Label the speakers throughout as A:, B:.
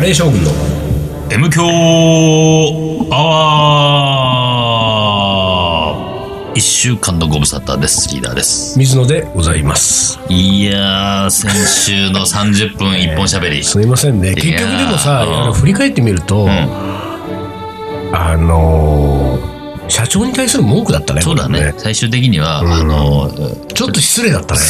A: レー将軍の
B: M 強アワー一週間のご無沙汰です。リーダーです。
A: 水野でございます
B: いやー、先週の30分一本喋り。
A: すいませんね結局でもさ
B: いやー
A: あの振り返ってみると、あのー社長に対する文句だったね
B: そうだ
A: これ
B: ね。最終的には、あの、
A: ちょっと失礼だったね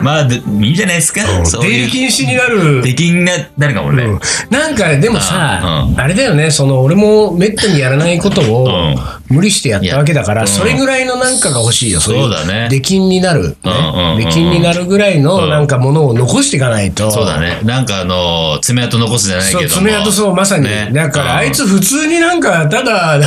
B: まあ、でいいんじゃないですか。 そう
A: 出入
B: い
A: り
B: う。
A: 禁止になる
B: 出禁が誰かもね。
A: うんなんかねでもさ、
B: う
A: あれだよねその俺もめったにやらないことを無理してやったわけだから、
B: うん
A: それぐらいのなんかが欲しいよい
B: そうだね
A: 出禁になる、ね
B: うんうんうん
A: 出禁になるぐらいのなんかものを残していかないと、
B: そうだね。なんかあの、爪痕残すじゃないけ
A: そ
B: ど
A: う
B: も。
A: 爪痕そうまさに、
B: ね
A: だからあいつ普通になんかただなんか,、
B: うん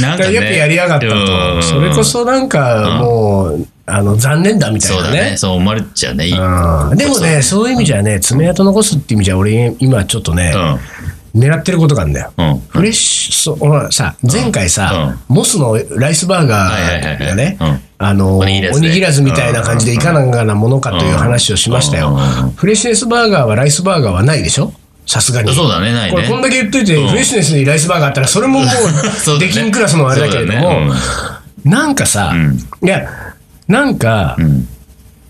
B: なんかね
A: やっぱやりやがったと、
B: うん
A: それこそなんかもう、あの残念だみたい
B: そう
A: な
B: だ
A: ね
B: ね。そう思われちゃね。いいうん。
A: うんでもねそういう意味じゃね爪痕残すって意味じゃ俺今ちょっとね、狙ってることがあるんだよ、
B: うん。
A: フレッシュそうほらさ前回さ、モスのライスバーガーがね
B: はいはいはいはいうん
A: あのお
B: お
A: に
B: に
A: ぎ
B: ぎ
A: ら
B: ら
A: ず
B: ずね
A: みたいな感じでいかがなものかという話をしましたよ、
B: うん
A: フレッシュネスバーガーはライスバーガーはないでしょさすがに
B: そうだね、ないね。
A: これこんだけ言っといて、
B: うん
A: フレッシュネスにライスバーガーあったらそれもも
B: そう
A: う
B: だね
A: できんクラスのあれだけれど
B: そうだ
A: も
B: ね
A: なんかさ、
B: ん
A: いやなんか、
B: ん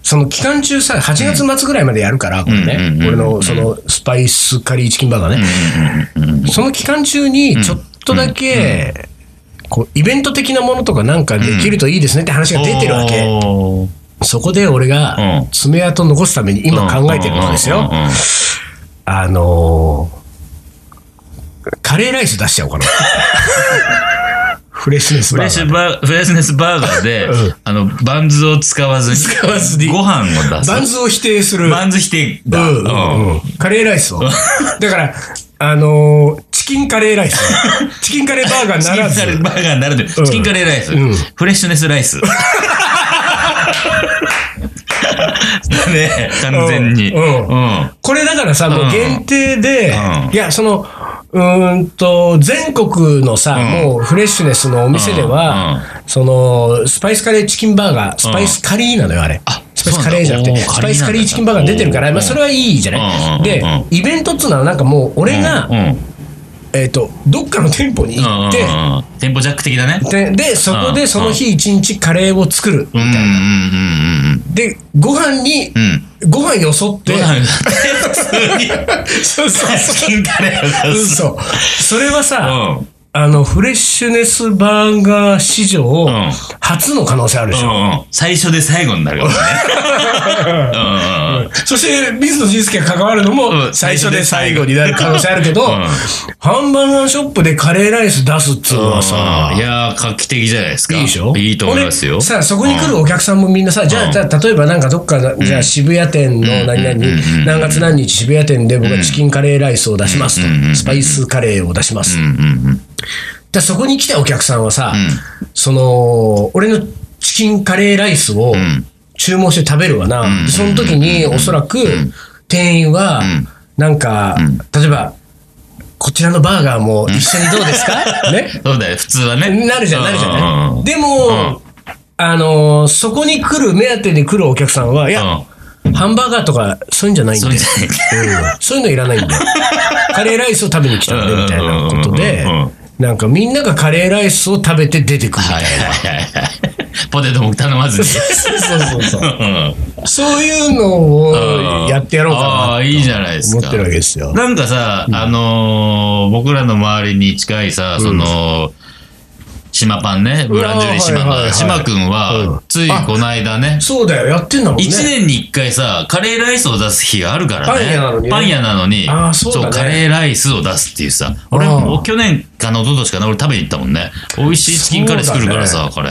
A: その期間中さ8月末ぐらいまでやるから、これ
B: うんうんうん
A: ね
B: うん
A: 俺のそのスパイスカリーチキンバーガーね、その期間中にちょっとだけ、こうイベント的なものとかなんかできるといいですねって話が出てるわけ、
B: おー
A: そこで俺が
B: うん
A: 爪痕残すために今考えてることですよ、
B: うんうんうんうん
A: あのーカレーライス出しちゃおうかな。 フレッシュネス
B: フ
A: バー
B: レッ
A: ガ
B: シ
A: ー
B: ュバーフレッシュネスバーガーで、
A: うん
B: あの、バンズを使わずに、
A: 使わずに
B: ご飯を出す。
A: バンズを否定する。
B: バンズ否定
A: う
B: だ。
A: んうんうんカレーライス を。だから、あのーチキンカレーライス。チキンカレーバーガー
B: チ
A: な
B: キン
A: らず
B: カレ。ーバーガーならで、チキンカレーライス、
A: うん
B: フレッシュネスライス。だね、完全に。
A: うんうんこれだからさ、もう限定で、
B: うん
A: いや、その、うーんと、全国のさ、もうフレッシュネスのお店では、その、スパイスカレーチキンバーガー、スパイスカリーなのよ、あれ。
B: あ
A: スパイスカレーじゃなくて、
B: そうなんだおー
A: スパイスカリーチキンバーガー出てるか
B: カ
A: ら、
B: リー
A: ま
B: な
A: あ、
B: んだ
A: それはいいじゃない。
B: うん
A: で
B: うん、
A: イベントっつうのは、なんかもう、俺が、
B: うん。
A: えっと、どっかの店舗に行って、
B: うんテンポジャック的だね。
A: で、でそこでその日一日カレーを作る。
B: うんうんうん
A: で、ご飯に、
B: うんうん。うん。
A: ご飯よそって
B: ご、飯普通に、
A: そうそうそう
B: チキンカレーを出す。
A: 嘘。それは
B: う
A: さ、
B: ん。
A: あの、フレッシュネスバーガー史上、
B: ん
A: 初の可能性あるでしょ。
B: うんうん最初で最後になるよね。 うんうんうん
A: そして、水野仁介が関わるの
B: う
A: も、
B: ん
A: 最初で最後になる可能性あるけど、
B: ん
A: ハンバーガーショップでカレーライス出すっつうのはさ、
B: いやー、画期的じゃないですか。
A: いいでしょ
B: いいと思いますよ。
A: 俺さ、そこに来るお客さんもみんなさ、じゃあ、じゃあ例えばなんかどっか、じゃあ渋谷店の何々、何月何日渋谷店で僕はチキンカレーライスを出しますと。スパイスカレーを出します。
B: うんうんうん
A: でそこに来たお客さんはさ、その俺のチキンカレーライスを注文して食べるわな、でその時におそらく店員は、なんか、例えばこちらのバーガーも一緒にどうです か、ね
B: そうだよ、普通はね。
A: なるじゃんなるじゃ
B: うんうん
A: な
B: う
A: い
B: ん
A: でも、あのーそこに来る目当てに来るお客さんはいや、ハンバーガーとかそういうんじゃないんで
B: そういうんじゃない
A: うんそういうのいらないんだよ。カレーライスを食べに来たんで、みたいなことで
B: うんうんうんうん、
A: なんかみんながカレーライスを食べて出てくるみた
B: はいい
A: な。
B: はいはいはい。ポテトも頼まずに。
A: そうそう そう
B: う
A: そう。
B: ん
A: そういうの
B: うん
A: をやってやろう
B: あ
A: か
B: あ、いいじゃないです
A: なと思
B: か。
A: ってるわけですよ。
B: なんかさ、あのー僕らの周りに近いさ、その、島パンね、ブランジュリー島
A: あーはいはいはい
B: の。島くん
A: うん
B: は、ついこの間ね、
A: そうだよ、やってんだもんね。
B: 1年に1回さ、カレーライスを出す日があるからね。
A: パン屋なのにね
B: パン屋なのに
A: あーそうだね
B: カレーライスを出すっていうさ。俺、
A: あー
B: もう去年かの一昨年かな、俺食べに行ったもんね。美味しいチキンカレー作るからさ、これ。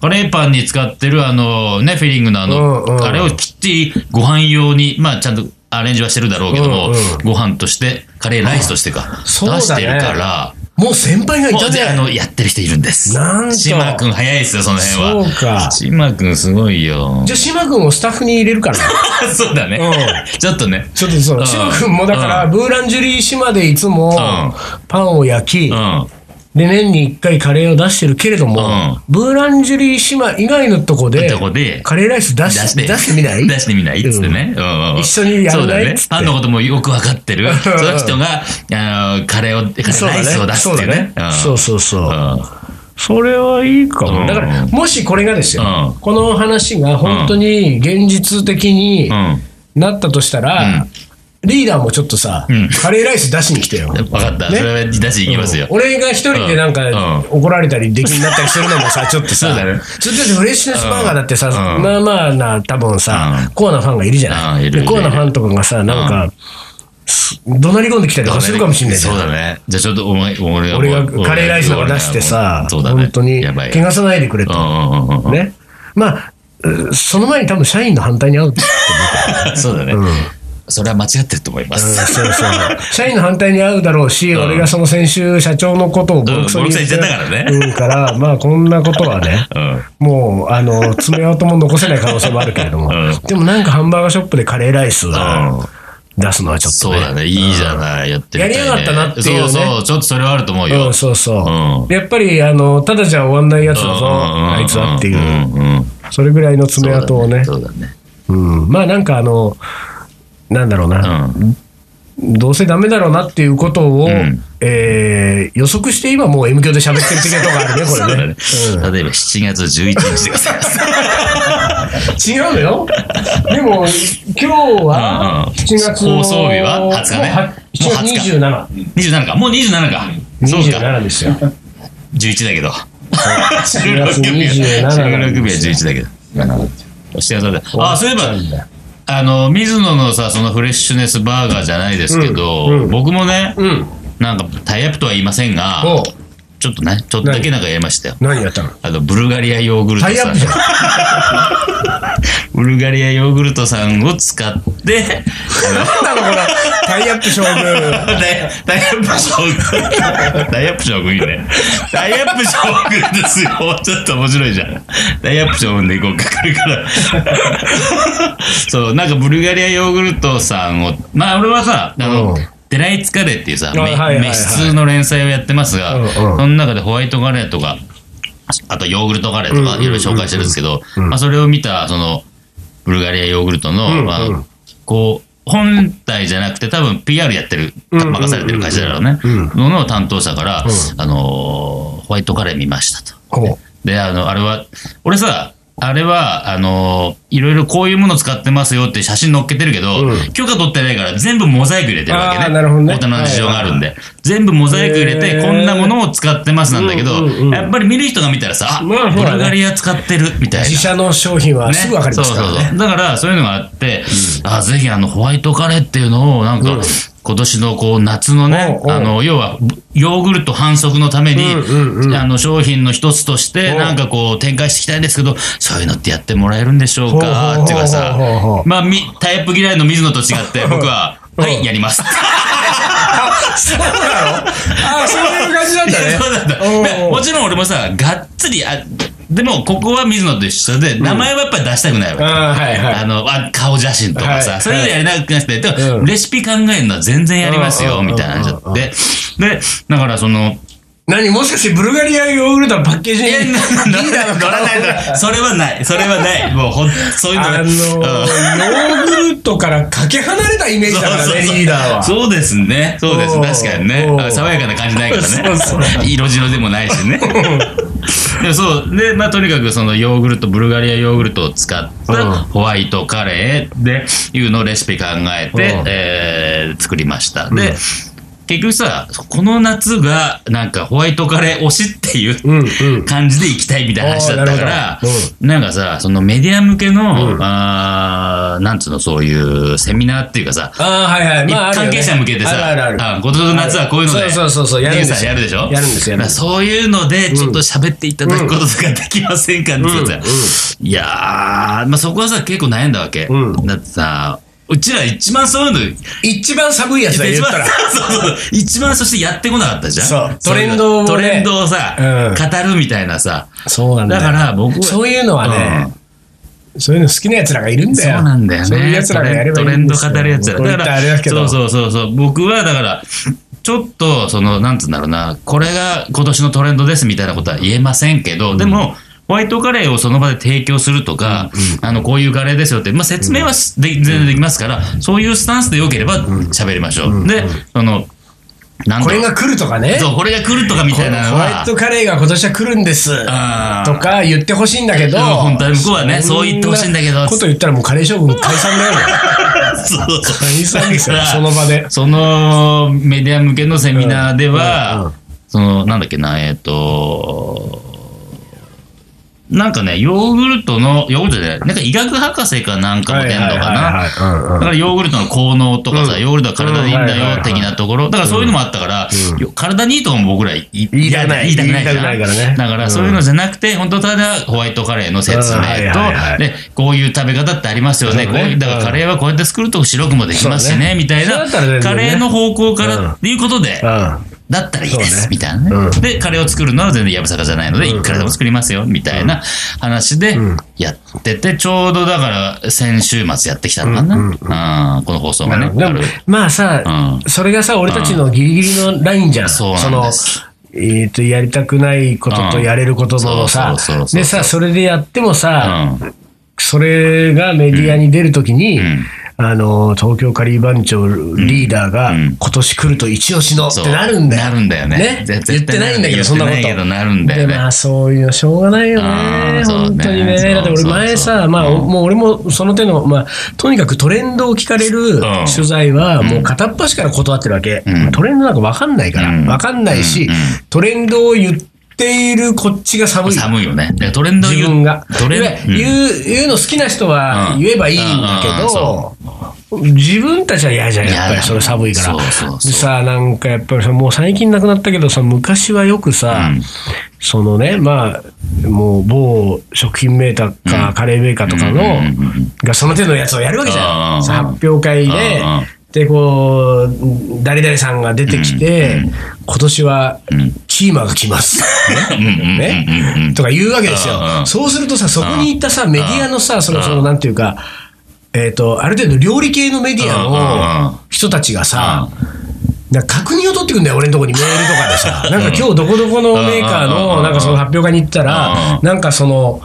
B: カレーパンに使ってるあのね、フィリングのあの、
A: うんうん
B: あれをきっちりご飯用に、まあちゃんとアレンジはしてるだろうけども、
A: うんうん
B: ご飯として、カレーライスとしてか、出
A: そうだね
B: してるから、
A: もう先輩がい
B: も
A: た
B: うであ
A: ね。
B: の、やってる人いるんです。
A: なんと
B: 島くん早いですよ、その辺は。
A: そうか
B: 島くんすごいよ。
A: じゃあ、島君をスタッフに入れる から。
B: そうだね。
A: う
B: ちょっとね。
A: ちょっとそうう。
B: ん
A: 島君もだから、
B: う
A: ブーランジュリー島でいつも
B: ん
A: パンを焼き
B: う、ん。
A: で、年に1回カレーを出してるけれども、
B: うん
A: ブーランジュリー島以外のとこで、
B: とこで
A: カレーライス出し出してみない
B: 出してみないっつってね。うんうん
A: 一緒にやらない
B: そうだね
A: っつっ。て
B: ファンのこともよくわかってる。その人が、あの、カレーを、カレー
A: そう
B: ラ
A: だ
B: イスを出
A: ね。
B: す
A: そ
B: っ
A: う
B: てい
A: だ
B: うね
A: ね。。
B: ん
A: そうそうそう。
B: うん
A: それはいいかも。
B: うん
A: だから、もしこれがですよ、
B: うん
A: この話が本当に現実的に
B: うん。
A: なったとしたら、リーダーもちょっとさ、
B: うん
A: カレーライス出しに来 てよ。
B: 分かった。
A: ね
B: それは出していきますよ。
A: 俺が一人でなんか
B: う
A: 怒られたり出禁になったりするのもさ、 ちょっとさ、
B: そうだね
A: それだってフレッシュネスバーガーだってさ、
B: うん
A: まあまあな、多分さ、
B: うん
A: コアなファンがいるじゃな
B: うん
A: い。
B: いる
A: でコアなファンとかがさ、なんか、す怒鳴り込んできたりとかするかもしれないじゃ
B: そ
A: ん
B: うだね。じゃあちょっとお前、俺
A: 俺がカレーライスなんか出してさ、
B: そうだね。
A: 本当に、
B: やばい。
A: 怪我さないでくれ
B: う
A: と。
B: んうんうんうん
A: ね。まあ、うその前に多分社員の反対に合うって思った。
B: そうだね
A: うん。
B: それは間違ってると思いま
A: うん
B: す。
A: そうそう。社員の反対に合うだろうし、
B: ん
A: 俺がその先週社長のことをボロクソに言
B: うんボロクソに言っちゃったからね
A: うんから、まあこんなことはね、
B: うん。
A: もう、あの、爪痕も残せない可能性もあるけれども、
B: うん
A: でもなんかハンバーガーショップでカレーライス
B: うん
A: は出すのはちょっと
B: そう
A: ね。
B: だね。いいじゃない。やってみたいね
A: やりやがったなっていうね
B: そうそう。ちょっとそれはあると思う
A: う
B: よ
A: ん、。そうそう
B: う。ん
A: やっぱり、あの、ただじゃ終わんないやつだぞ、あいつはっていう。
B: う。
A: それぐらいの爪痕をね。
B: そうだね。
A: うん、まあなんかあの、なんだろう
B: う
A: な、
B: ん。
A: どうせダメだろうなっていうことを、
B: ん
A: えー予測して今もう M 響で喋ってる的なとこあるね、こ
B: そう
A: れ
B: だ
A: ね
B: ね。。例えば7月11日でございます。
A: 違うのよ。でも、今日は
B: うん
A: 7
B: うん
A: 月の
B: 放送日は20日ね
A: もうは
B: もう20
A: 7月
B: 27か。もう27か。
A: 27。
B: そうか。
A: 27ですよ。
B: 11だけど。
A: 7
B: 16
A: 月
B: 日は
A: 27
B: 16日は
A: 日。
B: 11だけど。幸せだあ、そういえば、
A: ば。
B: あの、水野のさ、そのフレッシュネスバーガーじゃないですけど、
A: うんうん
B: 僕もね、
A: うん。
B: なんかタイアップとは言いませんが、
A: おう
B: ちょっとね、ちょっとだけなんかやりましたよ。
A: 何やったの
B: あの、ブルガリアヨーグルト
A: タイア
B: さ
A: ッ
B: ん
A: プ。じゃん。
B: ブルガリアヨーグルトさんを使って、
A: なんだろう、これ。タイアップ将軍。
B: ダイヤダイヤップ将軍。ダイヤップ将軍いいね。ダイヤップ将軍ですよ。ちょっと面白いじゃん。ダイヤップ将軍でいこうか、これから。そう、なんかブルガリアヨーグルトさんを、まあ俺はさ、あ
A: う
B: の、
A: ん
B: デライツカレーっていうさ、
A: あはいはいはい
B: め飯通の連載をやってますが、
A: うんうん
B: その中でホワイトカレーとか、あとヨーグルトカレーとかいろいろ紹介してるんですけど、まあそれを見た、その、ブルガリアヨーグルトの、
A: うんうん
B: まあ、こう、本体じゃなくて多分 PR やってる、
A: うんうん
B: 任されてる会社だろうね、
A: うん
B: のの担当者から、
A: うん
B: あのーホワイトカレー見ましたと。
A: ほう。
B: で、あの、あれは、俺さ、あれは、あのーいろいろこういうもの使ってますよって写真載っけてるけど、
A: うん
B: 許可取ってないから全部モザイク入れてるわけね。
A: あーなるほどね
B: 大人の事情があるんで。全部モザイク入れ
A: へ
B: て、
A: ー
B: こんなものを使ってますなんだけど、
A: うんうんうん
B: やっぱり見る人が見たらさ、あ、
A: まあそうだね
B: ブルガリア使ってるみたいな。
A: 自社の商品はすぐ分かりますから
B: そうそうそ
A: ね。
B: うだからそういうのがあって、あぜひあのホワイトカレーっていうのをなんか、
A: うん
B: 今年のこう夏のね
A: おうおう
B: あの要はヨーグルト反則のために、
A: うんうんうん
B: あの商品の一つとして
A: おう
B: なんかこう展開していきたいんですけどそういうのってやってもらえるんでしょうか
A: ほうほうほうほう
B: っていうかさ
A: ほうほう
B: まあみタイプ嫌いの水野と違って 僕は「
A: うん
B: はいやります」
A: そうなのああ、そういう感じなんだね。
B: そうなんだ
A: おう
B: で
A: おう
B: もちろん俺もさがっつりあでもここは水野と一緒で名前はやっぱり出したくないわけ、
A: ああ、はいはい。
B: あの、あ顔写真とかさ、
A: はい
B: そういうのやりなくなって、で
A: う
B: も
A: ん
B: レシピ考えるのは全然やります
A: うん
B: よ、
A: うん
B: みたいな話
A: うん
B: で、で、だからその、
A: 何もしかしてブルガリアヨーグルトのパッケージに
B: いや、
A: リ
B: なな
A: ーダー の
B: 乗ら
A: 顔
B: ない乗らないそれはない、それはない、もうほん、そういうの
A: あのー、ヨーグルトからかけ離れたイメージだからね、リーダーは。
B: そうですね。そうです。
A: おう
B: 確かにね
A: おう。
B: あ爽やかな感じないからね。
A: そうそ
B: 色白でもないし ね。でもそう。で、まあとにかくそのヨーグルト、ブルガリアヨーグルトを使った
A: うん
B: ホワイトカレーでいうのをレシピ考え
A: う
B: て
A: ん、
B: えー作りました。
A: うん
B: で、結局さ、この夏がなんかホワイトカレー推しっていう
A: うんうん。
B: 感じで行きたいみたいな話だったか
A: あ
B: ら
A: ーなるほ、
B: なんかさ、そのメディア向けの、
A: うん
B: あーなんつうの、そういうセミナーっていうかさ、
A: ああ、はいはい。まあ、あるよ
B: 関
A: ね
B: 係者向けてさ、
A: あるあるある
B: あ今年の夏はこういうの
A: ある
B: で、
A: そうそうそうそうやるんですよ
B: っていうさやるでしょ
A: やるんですよ
B: だからそういうので、ちょっと喋っていただくこととかできませんかって言ってさ、
A: うん
B: いやー、まあ、そこはさ、結構悩んだわけ。
A: うん
B: だってさ、うちら一番そういうの、
A: 一番寒いやつだよ、
B: 一
A: 言っ
B: 番
A: たら。
B: そうそうそう一番そしてやってこなかったじゃん。
A: そう
B: い
A: トレン
B: の
A: ドをね
B: トレンドをさ、
A: うん
B: 語るみたいなさ、
A: そうなんだ
B: だ
A: よ。
B: から僕は
A: そういうのはね、そういうの好きなやつらがいるん
B: そう
A: だよ。
B: なんだよね。
A: そういうやつらがやればいい
B: トレン
A: ん
B: ド
A: ですよ
B: 語るやつら。
A: こう言っ
B: だか
A: たらあれだけ
B: ら、
A: ど。
B: そうそうそうそう。僕はだから、ちょっと、その、なんつうんだろうな、これが今年のトレンドですみたいなことは言えませんけど、でも、ホワイトカレーをその場で提供するとか、あの、こういうカレーですよって、まあ、説明はしで全然できますから、そういうスタンスでよければ喋りましょう。で、その、なん
A: こ
B: だろ
A: れ
B: う
A: が来るとかね。
B: そう、これが来るとかみ
A: こ
B: たい
A: の
B: なの
A: ホワ
B: は
A: イ、トカレーが今年は来るんです。
B: あー
A: とか言ってほしいんだけど。
B: うん本当は向こうはね
A: そ
B: そう言ってほしいんだけど
A: こと言ったらもうカレー将軍解散だよ。
B: そう
A: 解散ですよ
B: だから
A: その場で
B: そのメディア向けのセミナーで
A: うんうんう
B: は
A: ん、
B: その、なんだっけな、えっ、と、なんかね、ヨーグルトの、ヨーグルトじゃない、なんか医学博士かなんかの
A: はい
B: 伝
A: はい
B: 道かな。
A: はいはいうんうん
B: だからヨーグルトの効能とかさ、
A: うん
B: ヨーグルトは体にいいん
A: うんはいは
B: だ
A: いは
B: よ、
A: い
B: 的なところ。だからそういうのもあったから、よ体にいいとも僕らい言
A: いたくない
B: 言いたくないじゃ
A: 言いた
B: ん
A: くないからね
B: だからそういうのじゃなくて、本当ただホワイトカレーの説
A: うん
B: 明
A: はいはいはい
B: と、で、こういう食べ方ってありますよね。
A: そ
B: こ
A: う
B: う
A: ね
B: いうだからカレーはこうやって作ると白くもできますし
A: う
B: ね、みたい
A: そうだ
B: な
A: ったら全然ね。
B: カレーの方向か
A: うん
B: らっていうことで、
A: う
B: だったらいいで
A: そうね
B: す、みたいなね。で、カレーを作るのは全然やぶさかじゃないので、いくらでも作りますよ、みたいな話で
A: うん
B: やってて、ちょうどだから先週末やってきたのかな。
A: うんうん
B: うんこの放送がね。
A: ん。でも
B: ある、
A: まあさ、
B: う
A: それがさ、俺たちのギリギリのラインじゃん。
B: そうなんです
A: のえっと、やりたくないことと
B: うん
A: やれることのさ
B: そうそうそう、そう
A: でさ、それでやってもさ、
B: うん
A: それがメディアに出るときに、
B: ん
A: あの、東京カリー番長リーダーが、
B: うん
A: 今年来ると一押しのっ
B: そう
A: てなるんだよ。
B: なるんだよねぜ
A: 言っ
B: 絶
A: て
B: 対
A: ないんだけ
B: なる
A: ど、そんなこと。
B: 言ってないけどなるんだよね
A: で、まあ、そういうのしょうがないよ
B: あ
A: ね。
B: ーそう
A: 本
B: ね
A: 当にね。だって俺
B: そうそう
A: 前さ、まあ、
B: うん
A: もう俺もその手の、まあ、とにかくトレンドを聞かれる取材は、もう片っ端から断ってるわけ。
B: うん
A: トレンドなんかわかんないか
B: うん
A: ら。わかんないし
B: うんうん、
A: トレンドを言っているこっちが寒い。
B: 寒いよね。でトレンドを言
A: 自
B: う
A: 分が。
B: トレン
A: いわゆる
B: うん
A: 言う,、言うの好きな人は
B: うん
A: 言えばいいんだけど、自分たちは嫌じゃん、やっぱ
B: 嫌
A: り
B: だ
A: それ寒いから。
B: そうそうそう
A: でさ、なんかやっぱりさ、もう最近亡くなったけどさ、昔はよくさ、
B: うん
A: そのね、まあ、もう某食品メーカーか、
B: うん
A: カレーメーカーとかの、
B: うんうんうんうん
A: がその手のやつをやるわけじ
B: うんうん
A: ゃ
B: うん
A: ん。さ発表会で
B: うんうん、
A: で、こう、誰々さんが出てきて、今年は
B: ん
A: キーマが来 ます。
B: うんうんうん
A: ね
B: うんうん
A: とか言うわけですよ
B: うんう。ん
A: そうするとさ、そこに行ったさ、メディアのさ、その、その、なんていうか、えっと、ある程度料理系のメディ
B: うん
A: ア
B: うんうん
A: の人たちがさ、なんか確認を取ってくんだよ、俺のとこにメールとかでさ。 なんか今日どこどこのメーカー
B: うんうんうんう
A: の、
B: ん
A: なんかその発表会に行ったら
B: う、ん
A: なんかその、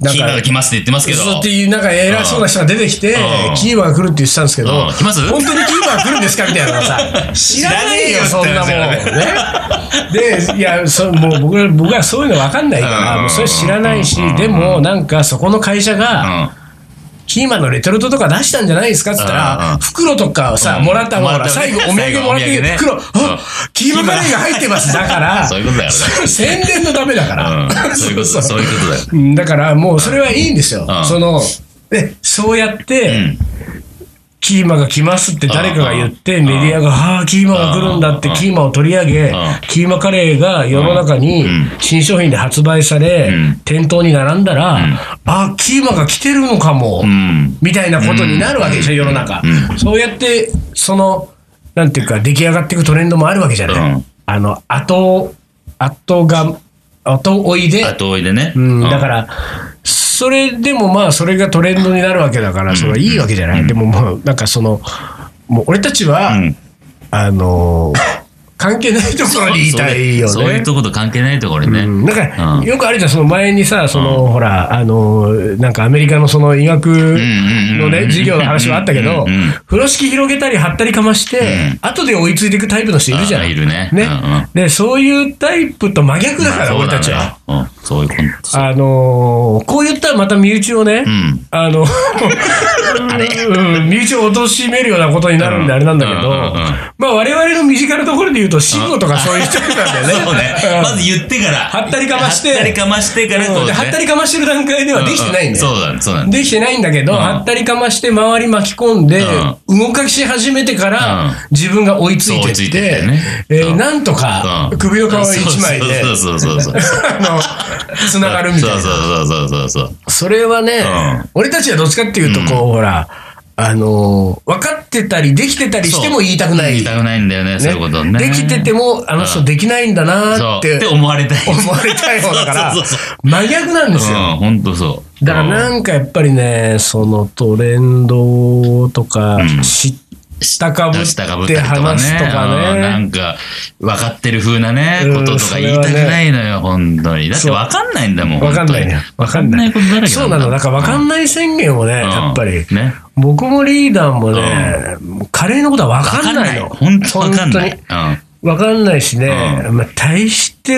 A: なん
B: キーマ
A: か
B: が、来ますって言ってますけど。
A: そうっていう、なんか偉そうな人が出てきて
B: うん、
A: キーマが来るって言ってたんですけど、
B: うん来ます
A: 本当にキーマが来るんですかみたいなの さ、知らないよ、
B: 知
A: そ
B: ら
A: んなもん。
B: ねえよ
A: ね。で、いや、そもう僕ら僕はそういうの分かんないか
B: う
A: ら、
B: ん
A: もうそれ知らないし
B: うん、
A: でもなんかそこの会社
B: う
A: が、
B: ん
A: キーマのレトルトとか出したんじゃないですかって言った
B: うんう
A: ら
B: ん、
A: 袋とかをさ、
B: うん
A: もらったのほら、
B: もらった
A: 最
B: ね
A: 後お土産もらっ
B: 最後お土産
A: て、
B: ね
A: 袋、
B: うん
A: あキーマカレーが入ってます。だから、
B: そういうことだよね
A: それ 宣伝のためだから。
B: うん そういうこと、そういうことだよ。
A: うんだからもうそれはいいんですよ。
B: うん
A: そのでそうやって、キーマが来ますって誰かが言って、
B: うん
A: メディアが、ああ、キーマが来るんだって、
B: うん
A: キーマを取り上げ
B: ん、
A: キーマカレーが世の中に
B: うん
A: 新商品で発売され
B: うん、
A: 店頭に並んだら、ああ、キーマが来てるのかも
B: う、ん。
A: みたいなことになるわけでしょ、世の中。そうやって、その、なんていうか、出来上がっていくトレンドもあるわけじゃな
B: う
A: い
B: ん。
A: あの、後、後が、後追いで、
B: 後追いでね。
A: うん、だから、それでもまあ、それがトレンドになるわけだから、それはいいわけじゃない。でももう、なんかその、もう俺たちは、
B: うん
A: あのー関係ないところに言いたいよね。
B: そういうとこと関係ないところにね。
A: うん、なんか、
B: うん
A: よくあるじゃん、その前にさ、その、ほら、あのー、なんかアメリカのその医学の
B: うんうんうんう
A: ね、
B: ん
A: 授業の話はあったけど
B: うんうんうん、
A: 風呂敷広げたり貼ったりかまして、後で追いついていくタイプの人いるじゃ
B: あ
A: ん。
B: いるね
A: ね、
B: うんうん
A: で、そういうタイプと真逆だから、
B: そう
A: 俺
B: なのよ
A: たちは。。
B: うん、そういうこと。そう
A: あのーこう言ったらまた身内をね、
B: うん
A: あの、うん身内を貶としめるようなことになるんで
B: うん
A: あれなんだけど、
B: うんうんうん
A: まあ我々の身近なところで言うと、死後とかそういう人なんだよね。
B: そうね
A: う。ん
B: まず言ってから。
A: はったりかまして
B: はったりかましてから、
A: うんではったりかましてる段階ではできてないんだよ。
B: そうだ、そうだ。
A: できてないんだけど、
B: うん
A: はったりかまして周り巻き込んで、
B: う
A: 動かし始めてから、
B: うん
A: 自分が追いついて
B: そう追いつ
A: っ
B: いてって
A: て、
B: ね
A: えー
B: うん
A: なんとか首の皮一枚で、
B: そうそうそうそうそうそ う。
A: あの、つながるみたいな。
B: そうそうそうそうそう。
A: それはね、
B: うん
A: 俺たちはどっちかっていうと、こう、ほら、あのー分かってたり、できてたりしても言いたくない。
B: 言いたくないんだよね、
A: ね
B: そういうことね。
A: できてても、あの人できないんだ
B: そう、
A: なー
B: っ
A: って
B: て思われたい。
A: 思われたい方だから
B: そうそうそう、
A: 真逆なんですよ。
B: うん、ほんとそう。
A: だからなんかやっぱりね、そのトレンドとか
B: ん
A: 知っ下かぶっ
B: 下かぶってたりとかね
A: 話すとか
B: うん
A: ね。
B: なんか分かってる風なね、
A: うん
B: こととか言いたくないのよ、本当にだって分かんないんだもん
A: わかんない
B: 本当に
A: ね。わかんない。
B: 分かんないことだらけ
A: そうなの。だからわかんない宣言をね、
B: うん
A: やっぱり。
B: ね
A: 僕もリーダーもね、カレーのことはわかんないの。
B: 本当分かんない
A: 本当にわかんないしね、まあ、大して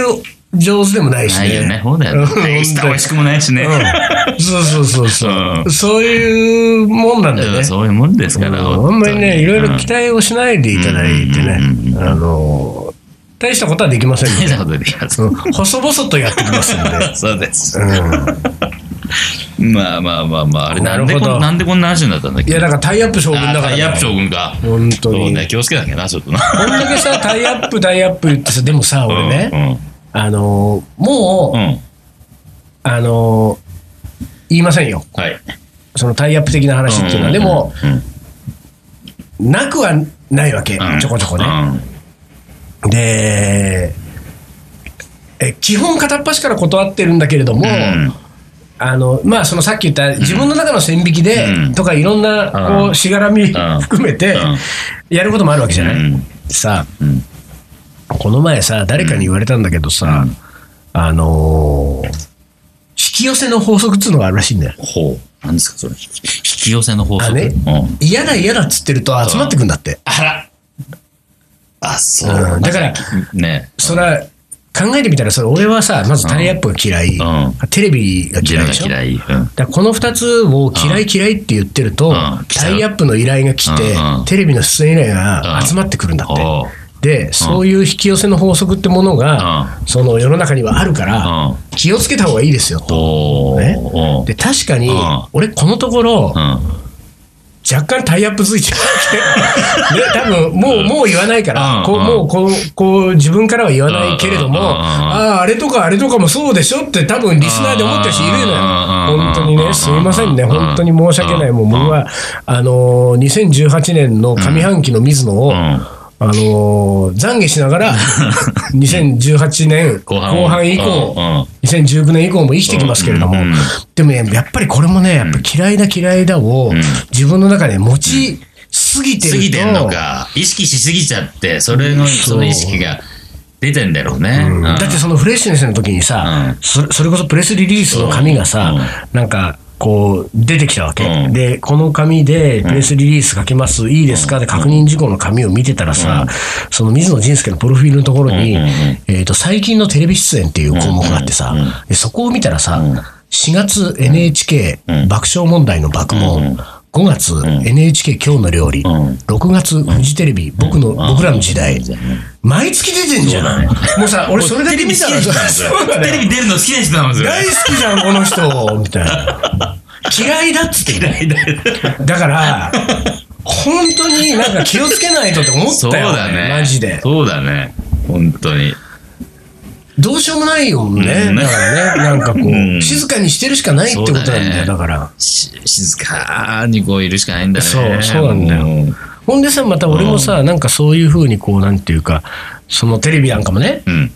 A: 上手でもな
B: う
A: い
B: ん、
A: し
B: な
A: ね。
B: いよねそうだよ
A: うん
B: ね大した美味しくもないしね、
A: うんそうそうそうそう、
B: うん
A: そういうもんなんだよ
B: う
A: ね
B: ん。そういうもんですから、
A: うんあんまりね、いろいろ期
B: た
A: 待をしないでいただいてね
B: うんうんうん、
A: あの、大したことはできません
B: 大
A: ね。
B: したことできます、
A: うん細々とやってきますんで。
B: そうです、
A: うん
B: まあまあまあまああれなんで
A: なるほ
B: こ
A: ど
B: んなんでこんな話になったんだっ
A: い
B: け
A: や、だからタイアップ将軍だ
B: あ
A: か
B: タ
A: ら
B: イアッ
A: ね。
B: プ将軍か
A: 本当
B: そう
A: に。
B: ね気をつけなきゃなちょっとな
A: こんだけさ、タイアップ、タイアップ言ってさ、でもさ、俺ね、あの、も
B: うん
A: う、
B: うんうん
A: あの、言いませんよ。
B: はい
A: そのタイアップ的な話っていうのは。でも、
B: うんうん
A: なくはないわけ
B: うん、
A: ちょこちょこね。
B: うん
A: で、え基本片っ端から断ってるんだけれども、
B: うん
A: あのまあ、そのさっき言った自分の中の線引きで、
B: うん
A: とかいろんな
B: うん
A: こうしがらみ
B: ん
A: 含めて
B: うん
A: やることもあるわけじゃない、
B: うん
A: さ
B: うん
A: あこの前さ誰かに言われたんだけどさ、
B: うん
A: あのー引き寄せの法則っつうのがあるらしいんだよ
B: ほうなんですかそれ引き引き寄せの法
A: あ
B: 則
A: ね
B: うん
A: 嫌だ嫌だっつってると集まってくんだって、
B: あらあそう
A: うんだから
B: ね
A: それは考えてみたらそれ俺はさまずタイアップが嫌い、
B: う
A: テレビが
B: ジ
A: 嫌い
B: ェラが
A: でしょ
B: 嫌いうん
A: だからこの2つを嫌い嫌いって言ってると、
B: うん
A: タイアップの依頼が来て、
B: うん
A: テレビの出演依頼が集まってくるんだって。
B: ほう
A: で、そういう引き寄せの法則ってものが、その世の中にはあるから、
B: うん
A: 気をつけた方がいいですよと。
B: ほう
A: ね
B: うん
A: で、確かに
B: うん、
A: 俺このところ
B: う、ん
A: 若干タイアップついちゃって、ね、多分もう、もう言わないから、
B: うん
A: こう
B: うん
A: もうこうこう自分からは言わないけれども、
B: うんうんうんうん
A: ああ、あれとかあれとかもそうでしょって、多分リスナーで思ってる人いるのよ、
B: うんうんうんうん
A: 本当にね、すいませんね、
B: うん
A: 本当に申し訳ない、もう僕は、あのー2018年の上半期の水野を、
B: うん
A: あのー懺悔しながら、2018年後
B: 後半を
A: 半以降、
B: うんうん
A: 2019年以降も生きてきますけれども、
B: うんうん
A: でもね、やっぱりこれもね、やっぱ嫌いだ嫌いだを、自分の中で持ちすぎて
B: 過ぎ
A: ると、
B: てんのか意識しすぎちゃってそれの
A: そう
B: その意識が出てんだろうね、
A: うんだってそのフレッシュネスの時にさ、
B: う
A: そそれこそプレスリリースの紙がさ、なんか、こう出てきたわけ、
B: うん
A: でこの紙でプレスリリース書きます、いいですかで確認事項の紙を見てたらさ、その水野仁介のプロフィールのところに、
B: うんうんうん
A: えーと最近のテレビ出演っていう項目があってさ、
B: うんうんう
A: でそこを見たらさ、
B: うん
A: 4月 NHK、
B: うん
A: 爆笑問題の爆問、
B: うんうん
A: 5月、NHK 今日の料理、
B: うん
A: 6月フジテレビ、僕の僕らの時代、毎月出てんじゃない、もうさ俺それだけ見たら
B: テレビ好きな
A: さそう
B: 人
A: だ
B: なんですよテ
A: ね
B: レビ出るの好きな人なんですよ
A: 大好きじゃんこの人みたいな嫌いだっつって
B: 嫌いだよ
A: だから本当になんか気をつけないとって思
B: そう
A: ったよ
B: だね
A: マジで
B: そうだね本当に
A: どうしようもないよね、
B: うん
A: だからねなんかこう、
B: うん
A: 静かにしてるしかないってことなんだよ
B: そうだ
A: だ,、
B: ね
A: から
B: し静かにこういるしかないんだね
A: そうそうなんだよほんでさまた俺もさ、なんかそういうふうにこうなんていうかそのテレビなんかもね
B: うん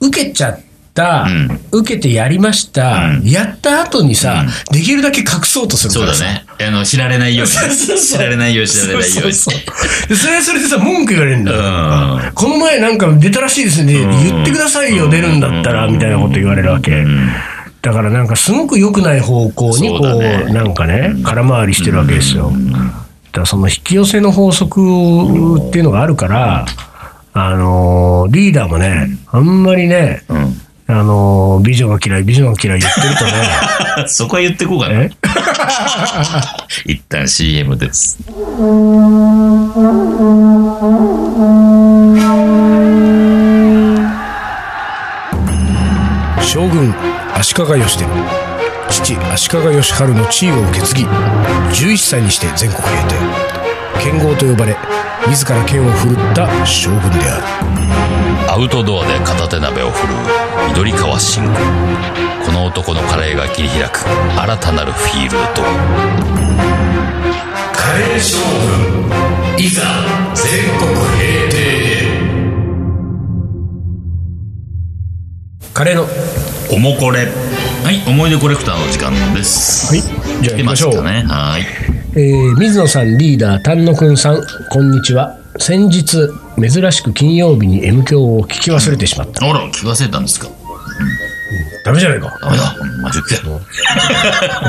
A: 受けちゃった、
B: う
A: 受けてやりました、
B: うん
A: やった後にさ、できるだけ隠そうとする
B: そ
A: か
B: う
A: ら
B: だ
A: さ
B: ねあの知られないように
A: そうそうそう
B: 知られないように知られないよう
A: そうそうそ
B: に
A: うでそれはそれでさ文句言われるんだよ、
B: う
A: この前なんか出たらしいですね、
B: ん
A: 言ってくださいよ出るんだったら、みたいなこと言われるわけ、
B: ん
A: だからなんかすごく良くない方向にこう
B: そうだね
A: なんかね空回りしてるわけですよ、だからその引き寄せの法則っていうのがあるから、あのーリーダーもねあんまりね、
B: ん
A: あのー美女が嫌い美女が嫌い言ってるとね
B: うんそこは言ってこうかな
A: え
B: 一旦 CM です
C: 将軍足利義で父足利義晴の地位を受け継ぎ11歳にして全国平定剣豪と呼ばれ自ら剣を振るった将軍である
D: アウトドアで片手鍋を振るう緑川信吾この男のカレーが切り開く新たなるフィールド
C: カレー将軍いざ全国平定
A: カレーの
B: おもこれはい思い出コレクターの時間です
A: はいじゃあ行きましょう
B: 来てすかねはい
A: えー水野さんリーダー丹野くんさんこんにちは先日珍しく金曜日に M 響を聞き忘れてしまった、
B: あら、聞かせたんですか。
A: ダメじゃないか、
B: ダメだ。うんマジで。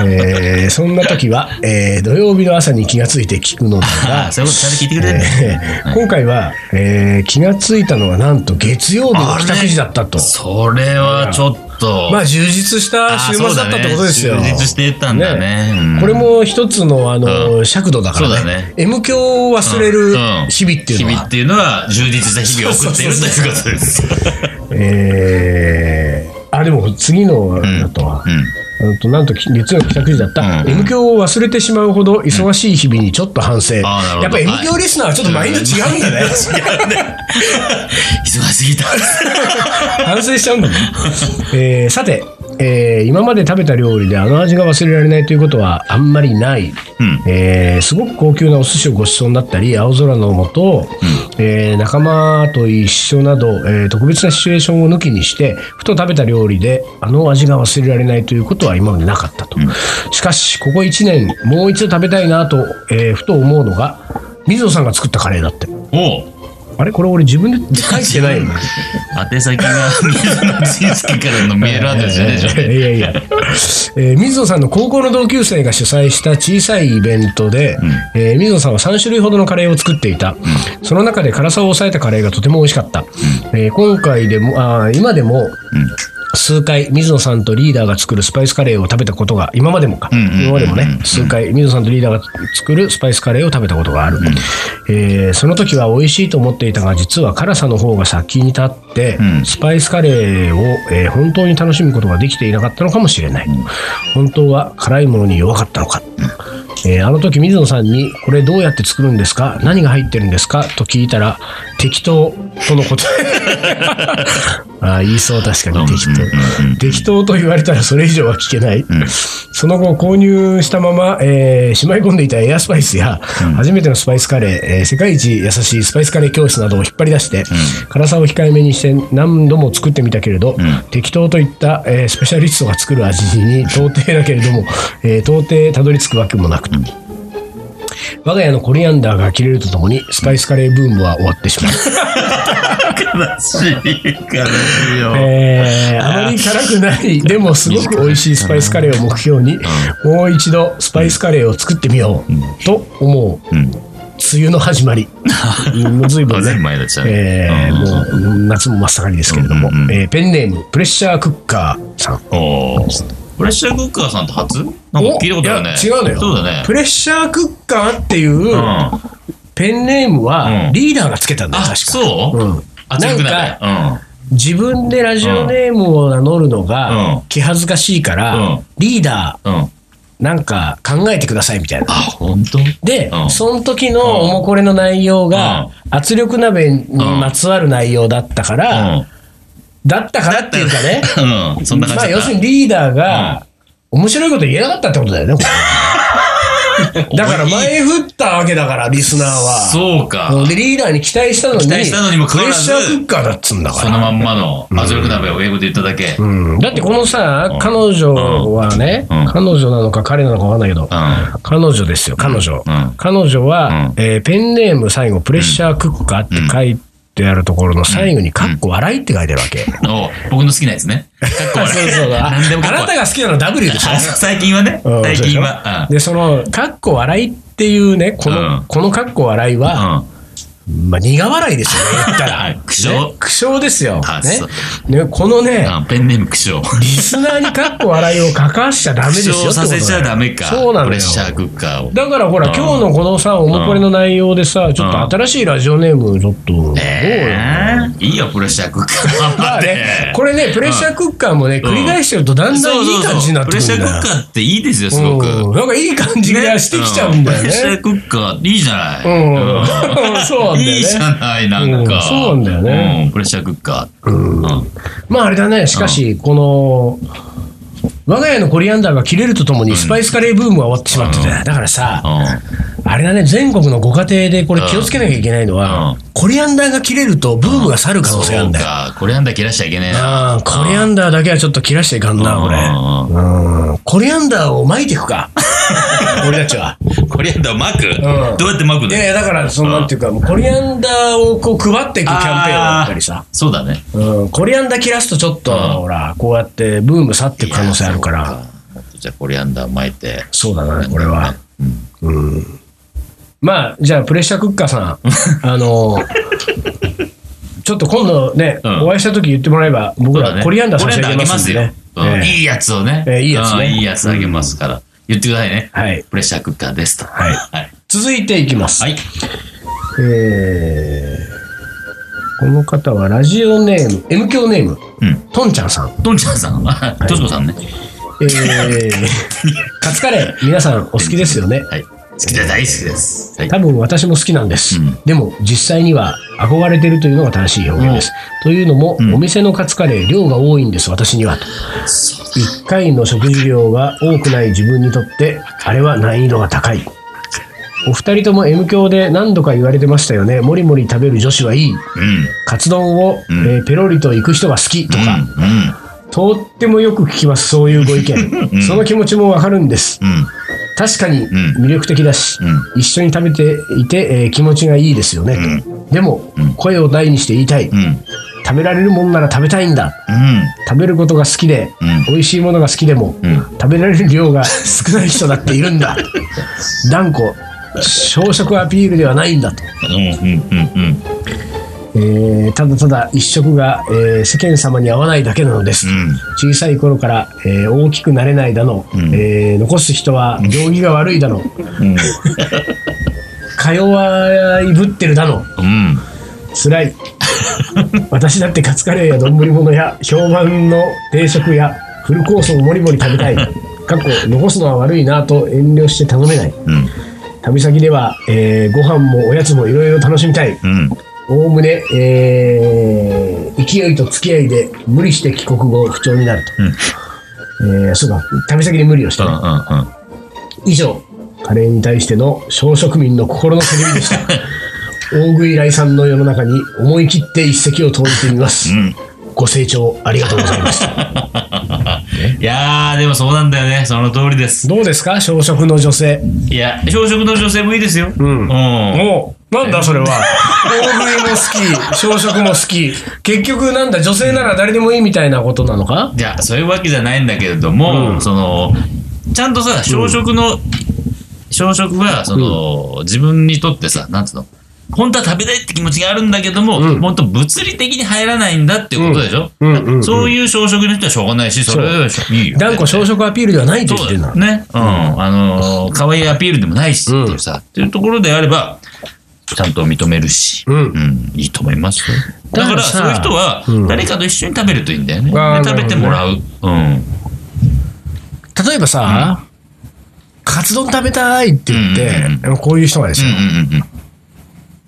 A: えーそんな時は、えー土曜日の朝に気がついて聞くのだ
B: ああ、そういうことちゃんと聞いてくれてる。
A: が今回は、えー気がついたのはなんと月曜日の帰宅時だったと
B: それはちょっと。
A: まあ充実した週末だったってことですよ
B: あーそうだね充実してたんだねうん
A: これも一つのあの、尺度だからね
B: そうだね
A: M 響を忘れる日々っていうの
B: 日
A: は、
B: 々っていうのは充実した日々を送っているということです。
A: えーあでも次のだとは、うんとなんと月曜の帰宅時だった、M 響を忘れてしまうほど忙しい日々にちょっと反省、
B: あーな
A: や
B: るほど
A: っぱ M 響リスナーはちょっとマインド違うんだね、
B: 忙しすぎた。
A: 反省しちゃうんだもん、えーさて、えー今まで食べた料理であの味が忘れられないということはあんまりない、
B: うん
A: えーすごく高級なお寿司をご馳走になったり青空の下、えー仲間と一緒など、えー特別なシチュエーションを抜きにしてふと食べた料理であの味が忘れられないということは今までなかったと、しかしここ1年もう一度食べたいなと、えーふと思うのが水野さんが作ったカレーだって
B: お う
A: あれこれ俺自分で書いてないよ ね
B: 宛先が水野俊介からのメールアドレスでしょ。
A: いやいや、えー水野さんの高校の同級生が主催した小さいイベントで、えー水野さんは3種類ほどのカレーを作っていた、その中で辛さを抑えたカレーがとても美味しかった、えー今回でもあー今でも、数回水野さんとリーダーが作るスパイスカレーを食べたことが今までもか、
B: んうんうんうん
A: 今までもね数回水野さんとリーダーが作るスパイスカレーを食べたことがある、えーその時は美味しいと思っていたが実は辛さの方が先に立って、
B: うん
A: スパイスカレーを、えー本当に楽しむことができていなかったのかもしれない、本当は辛いものに弱かったのか、えーあの時水野さんに「これどうやって作るんですか何が入ってるんですか?」と聞いたら「適当」とのことああ言いそう確かに適当、適当と言われたらそれ以上は聞けない、その後購入したまま、えーしまい込んでいたエアスパイスや、初めてのスパイスカレー、えー世界一優しいスパイスカレー教室などを引っ張り出して、辛さを控えめにして何度も作ってみたけれど、適当といった、えースペシャリストが作る味に到底だけれども、えー到底たどり着くわけもなく、我が家のコリアンダーが切れるとともにスパイスカレーブームは終わってしまう
B: 悲しい、悲しいよ。
A: えーあまり辛くない、でもすごく美味しいスパイスカレーを目標に、もう一度スパイスカレーを作ってみようと思う。梅雨の始まり。 もう随分
B: ずいぶん前
A: ね。
B: だったね
A: えー
B: うん
A: もう夏も真っ盛りですけれども、
B: うんうん
A: えーペンネーム、プレッシャークッカーさん。
B: おープレッシャークッカーさんって初なんか聞いたことあるね。
A: おいや違うのよ。
B: そうだね。
A: プレッシャークッカーっていう
B: うん。
A: ペンネームは
B: うん
A: リーダーがつけたんだよ、
B: あ、
A: 確か。
B: そううん圧力鍋。
A: 自分でラジオネームを名乗るの
B: う
A: が
B: ん
A: 気恥ずかしいから、
B: うん
A: リーダー、
B: うん。うん。
A: なんか考えてくださいみたいな。
B: あ、本当
A: で、
B: うん
A: その時のおもこれの内容が、圧力鍋にまつわる内容だったから、だったからっていうかね、
B: うん。 うん。そんな感
A: まあ
B: じだ
A: 要
B: っ
A: す
B: た
A: るにリーダーが、面白いこと言えなかったってことだよね、こ れだから前振ったわけだから、リスナーは。
B: そうか。
A: で、リーダーに期待したのに、
B: 期待したのにもかか
A: プ
B: わ
A: レッ
B: らず
A: シャークッカーだっつうんだから。
B: そのまんまの圧力鍋を英語で言っただけ。うん。
A: うんだってこのさ、彼女はね、
B: うん
A: 彼女なのか彼なのかわかんないけど、彼女ですよ、彼女。
B: うん
A: 彼女は、
B: う
A: えーペンネーム最後、プレッシャークッカーって書いてあるところの最後に、かっこ笑いって書いてるわけ。
B: お僕の好きなやつね。かっこ悪い。
A: そうそうあ
B: 何でもかっこ
A: な
B: 悪
A: た
B: い。
A: が好きなの W でしょ
B: あ最近はね。
A: うん
B: 最近は。
A: で、その、かっこ笑いっていうね、この、
B: うん
A: このかっこ笑い
B: うん。
A: は、
B: うん
A: まあ、苦笑いですよね、言ったら。
B: はい苦笑
A: ね苦笑ですよ。
B: あ
A: ね。ね、このね、
B: あ。ペンネーム苦笑。
A: リスナーにかっこ笑いを書かしちゃダメで
B: 苦
A: すよってこ
B: 笑
A: とだ
B: さ
A: よ。
B: せちゃダメか。
A: そうなのよ
B: プレッシャークッカーを。
A: だからほら、
B: うん
A: 今日のこのさ、おもこれの内容でさ、ちょっと新しいラジオネーム、ちょっと、どうよ
B: えーいいよ、プレッシャークッカー。頑
A: ま
B: 張
A: あ
B: って
A: ね、これね、プレッシャークッカーもね、
B: うん
A: 繰り返してるとだんだんいい感じになってくるんだ
B: そうそうそうプレッシャークッカーっていいですよ、すごく。
A: うんなんかいい感じがしてきちゃうんだよ
B: プレッシャ
A: ね。
B: ークッカー、いいじゃない。
A: うんそうなんだよね
B: いいじゃない、なん
A: うん
B: か。
A: そうなんだよね
B: うん。プレッシャークッカー。うん。
A: まああれだね、しかし、この、我が家のコリアンダーが切れるとともにスパイスカレーブームは終わってしまってたよだからさ、
B: う
A: あれだね、全国のご家庭でこれ気をつけなきゃいけないのは、
B: うん
A: コリアンダーが切れるとブームが去る可能性があるんだよ。
B: か。コリアンダー切らしちゃいけねえな。
A: ああ、コリアンダーだけはちょっと切らしていかんな、これ。
B: うん
A: うん、コリアンダーを巻いていくか。 俺たちは。
D: コリアンダー巻く、
A: ん
D: どうやって巻く
A: い
D: の
A: やいや、だから、その、なんていうか、もうコリアンダーをこう配っていくキャンペーンだったりさ。
B: そうだね。
A: うん、コリアンダー切らすとちょっと、ほら、こうやってブーム去っていく可能性あるから。
D: じゃあコリアンダー巻いて。
A: そうだな、これは。うん。まあ、じゃあ、プレッシャークッカーさ ん、あの、ちょっと今度ね、
B: うん
A: お会いした時言ってもらえば、僕らコリアンダー差し上げますんでね。
B: コリアンダーあげますようん
A: ええ
B: いいやつをね。
A: ええいいやつね
B: うんいいやつあげますから。言ってくださいね。
A: はい
B: プレッシャークッカーですと。
A: はい
B: はい。
A: 続いていきます。
B: はい。
A: えーこの方はラジオネーム、M 教ネーム、
B: うん
A: とんちゃんさん。
B: とんちゃんさん。あとしこさんね。
A: え ー、カツカレー、皆さんお好きですよね。
B: はい。好きで大好きです。はい。
A: 多分私も好きなんです、
B: うん
A: でも実際には憧れてるというのが正しい表現です、というのも、
B: ん
A: お店のカツカレー量が多いんです私にはと1回の食事量が多くない自分にとってあれは難易度が高いお二人とも M 教で何度か言われてましたよねもりもり食べる女子はいい
B: うん。
A: カツ丼を、
B: ん
A: えーペロリと行く人が好きとか、
B: う
A: とってもよく聞きますそういうご意 見、その気持ちもわかるんです
B: ん。うん。
A: 確かに
B: ん
A: 魅力的だし、
B: う
A: 一緒に食べていて、えー気持ちがいいですよね、とでも、声を大にして言いたい、
B: うん。
A: 食べられるものなら食べたいんだ
B: うん。
A: 食べることが好きで、
B: うん
A: 美味しいものが好きでも、
B: ん
A: 食べられる量が少ない人だっているん だ断固小食アピールではないんだと、
B: うん。うん。うん。
A: えーただただ一食が、えー世間様に合わないだけなのです、小さい頃から、えー大きくなれないだの、えー残す人は行儀が悪いだの、
B: うん。
A: か弱いぶってるだの
B: うん。
A: つらい私だってカツカレーや丼物や評判の定食やフルコースをもりもり食べ たいかっこ残すのは悪いなと遠慮して頼めない
B: うん。
A: 旅先では、えーご飯もおやつもいろいろ楽しみたい
B: うん。
A: おおむね、えー勢いと付き合いで無理して帰国後不調になると、えーそうだ旅先で無理をした、ね以上カレーに対しての小食民の心の叫びでした 大食い来さんの世の中に思い切って一石を投じてみます、
B: ん
A: ご清聴ありがとうございました
B: いやー、でもそうなんだよね。その通りです。
A: どうですか小食の女性
B: いや、小食の女性もいいですよ。うん。うん。
A: おなんだそれは大食いも好き小食も好き結局なんだ女性なら誰でもいいみたいなことなのか
B: じゃあ、そういうわけじゃないんだけれども、その、ちゃんとさ、小食の、小食は、その、自分にとってさ、なんつうの、本当は食べたいって気持ちがあるんだけども、本当物理的に入らないんだっていうことでしょ、
A: うんうんうんうん
B: そういう小食の人はしょうがないし、それはいいよ。
A: 断固小食アピールではないと言
B: そ
A: って
B: うだ
A: る
B: よ
A: な
B: ね。うん。あのー、可愛いアピールでもないし、っていうさ、っていうところであれば、ちゃんと認めるし、
A: うん
B: いいと思いますよ。
A: だ
B: だ
A: か
B: からら、
A: さ
B: そういう人は
A: うん、
B: 誰かと一緒に食べるといいんだよね。
A: あー
B: で食べてもらう。うん。
A: 例えばさ、カツ丼食べたいって言って、こういう人がです
B: うん
A: よ、
B: うんうん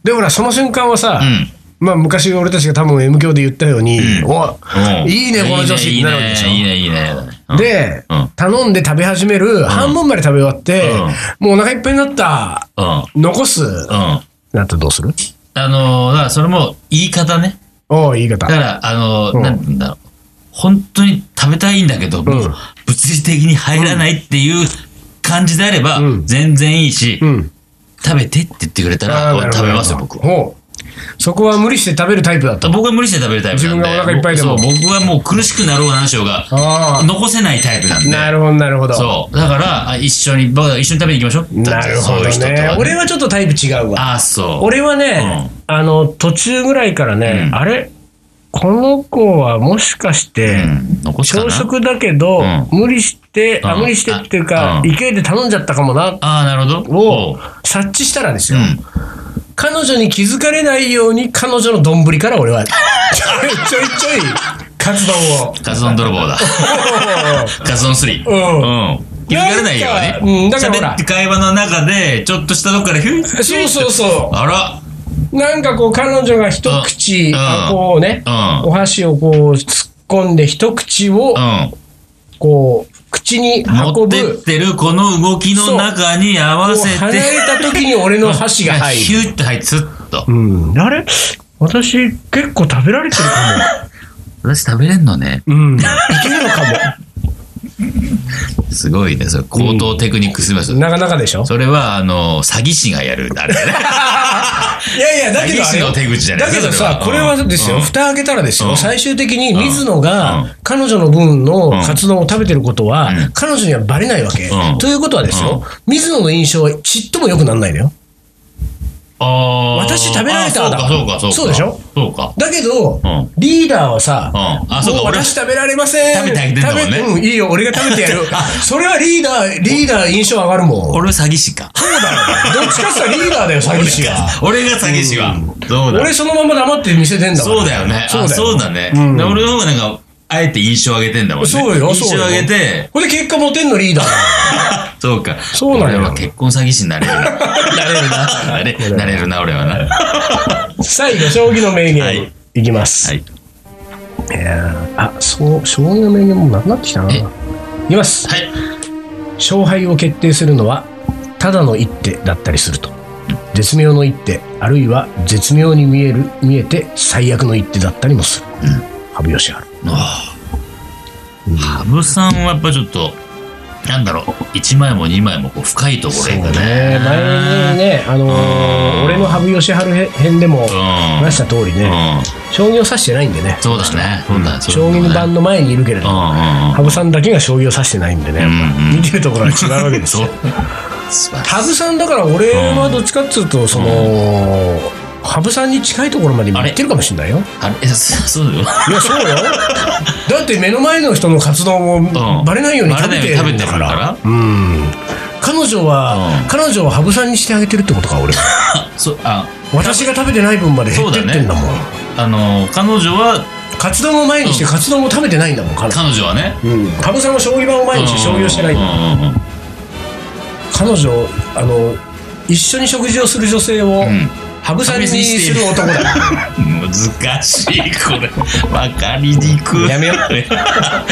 A: でほらその瞬間はさ、
B: うん
A: まあ、昔俺たちが多分 M 教で言ったように、お
B: うん。
A: いいねこの女子
B: い
A: に
B: い
A: なるわけで
B: ね
A: しょ、
B: いいね、いいね。うん、
A: で、
B: うん
A: 頼んで食べ始める、半分まで食べ終わって、もうお腹いっぱいになった
B: うん。うん。
A: 残す、
B: あ
A: なったらどうする
B: のー、だからそれも言い方ね。
A: おお言い方
B: だから、あのー、
A: うん
B: なんて言うんだろう。本当に食べたいんだけども、
A: うん
B: 物理的に入らないっていう感じであれば、
A: うん
B: 全然いいし、
A: うん
B: 食べてって言ってくれた
A: あー
B: ら
A: なるほど
B: 食べますよ僕は
A: ほうそこは無理して食べるタイプだった
B: 僕は無理して食べるタイプなんで
A: 自分がお腹いっぱいでも
B: そう僕はもう苦しくなろうが何しようが
A: ああ
B: 残せないタイプなんで
A: なるほどなるほど
B: そうだからあ一緒に僕は一緒に食べに行きましょう
A: なるほど
B: そういう
A: ね
B: 人とはね
A: 俺はちょっとタイプ違うわ
B: ああそう
A: 俺はね、あの途中ぐらいからね、
B: うん
A: あれこの子はもしかして、
B: うん残すか
A: 朝
B: な
A: 食だけど、
B: うん
A: 無理して、あ、
B: うん
A: 無理してっていうか、
B: うん
A: 勢いで頼んじゃったかもな、
B: ああなるほど
A: を
B: おう
A: 察知したらです
B: う
A: よ、
B: ん
A: 彼女に気づかれないように、彼女の丼から俺は、ち ょいちょいちょい、カツ丼 を。
B: カツ丼泥棒だカツ丼3
A: うん
B: うん気づかれないよう
A: いや
B: に
A: なんかうんだからほら
B: 喋って会話の中でちょっとしたとこからヒュン
A: そうそうそ
B: あら
A: う。なんかこう、彼女が一口、
B: うん
A: あこうね、
B: うん
A: お箸をこう、突っ込んで一口を、
B: うん
A: こう、口に
B: 持
A: 運
B: ってっ
A: ぶ、
B: てるこの動きの中に合わせ
A: 離
B: て、
A: れた時に俺の箸が入
B: ヒ
A: る。
B: ュッて入って、スッと。
A: うん。
C: あれ私結構食べられてるか
B: 私食べれんのね。
C: も。うん。
A: いけるのか
B: すごいね。それ高等テクニックすみませ
A: も。
B: ん。
A: なかなかでしょ
B: それは、あの、詐欺師がやる、あれ だね。
A: いやいや、だけどあれ
B: 詐欺師の手口じゃない
A: だけど
B: それは
A: さ、これはですよ、
B: うん
A: 蓋開けたらです
B: う
A: よ、
B: ん
A: 最終的に水野
B: う
A: が
B: ん
A: 彼女の分の
B: ん
A: カツ丼を食べてることは、彼女にはバレないわけ
B: うん。
A: ということはですよ、水野の印象はちっとも良くならないのよ。
B: あー
A: 私食べられた
B: あーそうか、そうか、そうか。
A: そうでしょ
B: そうか。
A: だけど
B: うん、
A: リーダーはさ
B: うん、あそうか
A: もう
B: 俺
A: 私食べられません。
B: 食べてあげてんだもんね
A: 食べうんいいよ、俺が食べてや る。それはリーダー、リーダー印象上がるもん。
B: 俺は詐欺師か。
A: どっちかって言ったらリーダーだよ、詐欺師は。
B: 俺が詐欺師は。そうだ。
A: 俺そのまま黙って見せてんだから。
B: そうだよね。
A: そう
B: あ
A: だ
B: そ
A: よ
B: う。だね。で俺の方がなんか、あえて印象上げてんだもんね。
A: そうよ
B: 印象上げて、
A: これで結果モテんの リーダーだ。
B: そうか。
A: そうなんよ
B: 俺は結婚詐欺師にな れるな。なれるな。なれなれるな、俺はな。は
A: 最後将棋の名言、
B: はいい、
A: きます、
B: い。
A: あそう将棋の名言もなくなってきたな
B: え
A: いきます
B: はい。
A: 勝敗を決定するのはただの一手だったりすると絶妙の一手あるいは絶妙に見える見えて最悪の一手だったりもする、羽生善治
B: あー羽生さんはやっぱちょっと、なんだろう、1枚も2枚もこう深いところへ行くね。
A: 前にね、あのー
B: うん
A: 俺の羽生善治編でも
B: うん。
A: 話した通りね、
B: うん。
A: 将棋を指してないんでね
B: そうだね。そうだ、そう
A: 将
B: だね
A: 棋の盤の前にいるけれ
B: う
A: ど
B: ん
A: も
B: うんうん。
A: 羽生さんだけが将棋を指してないんでね、やっぱ
B: うんうん
A: 見てるところは違うわけです
B: そ
A: よ
B: う。素晴らしい
A: 羽生さんだから俺はどっちかっつうとその羽生さんに近いところまで今行ってるかもしれないよ
B: あれ、えそそうだよ。
A: いやそうよだって目の前の人の活動
B: う
A: も
B: ん
A: バレないように食べてる
B: バレ
A: ん
B: な
A: だ
B: いように食べてる
A: か
B: からら
A: うん彼女は
B: うん
A: 彼女を羽生さんにしてあげてるってことか俺は
B: そう、あ、
A: 私が食べてない分まで減ってってんだもん
B: そうだあの、彼女は、
A: カツ丼を前にして
B: うん
A: カツ丼を食べてないんだもん彼女
B: 彼女はね、
A: うん羽生さんは将棋盤を前にして将棋をしてないんだ
B: うんうんうん
A: 彼女あの一緒に食事をする女性を
B: ん
A: 羽生さんにする男だ
B: 難しい、これ。わかりにく い。
A: やめよう
B: はいじゃあ、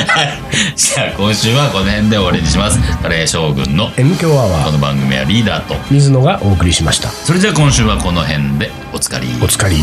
B: 今週はこの辺で終わりにします。カレー将軍の
A: M 強アワ
B: こ
A: ー
B: の番組はリーダーと。
A: 水野がお送りしました
B: それじゃあ今週はこの辺でおつかり。
A: お疲れ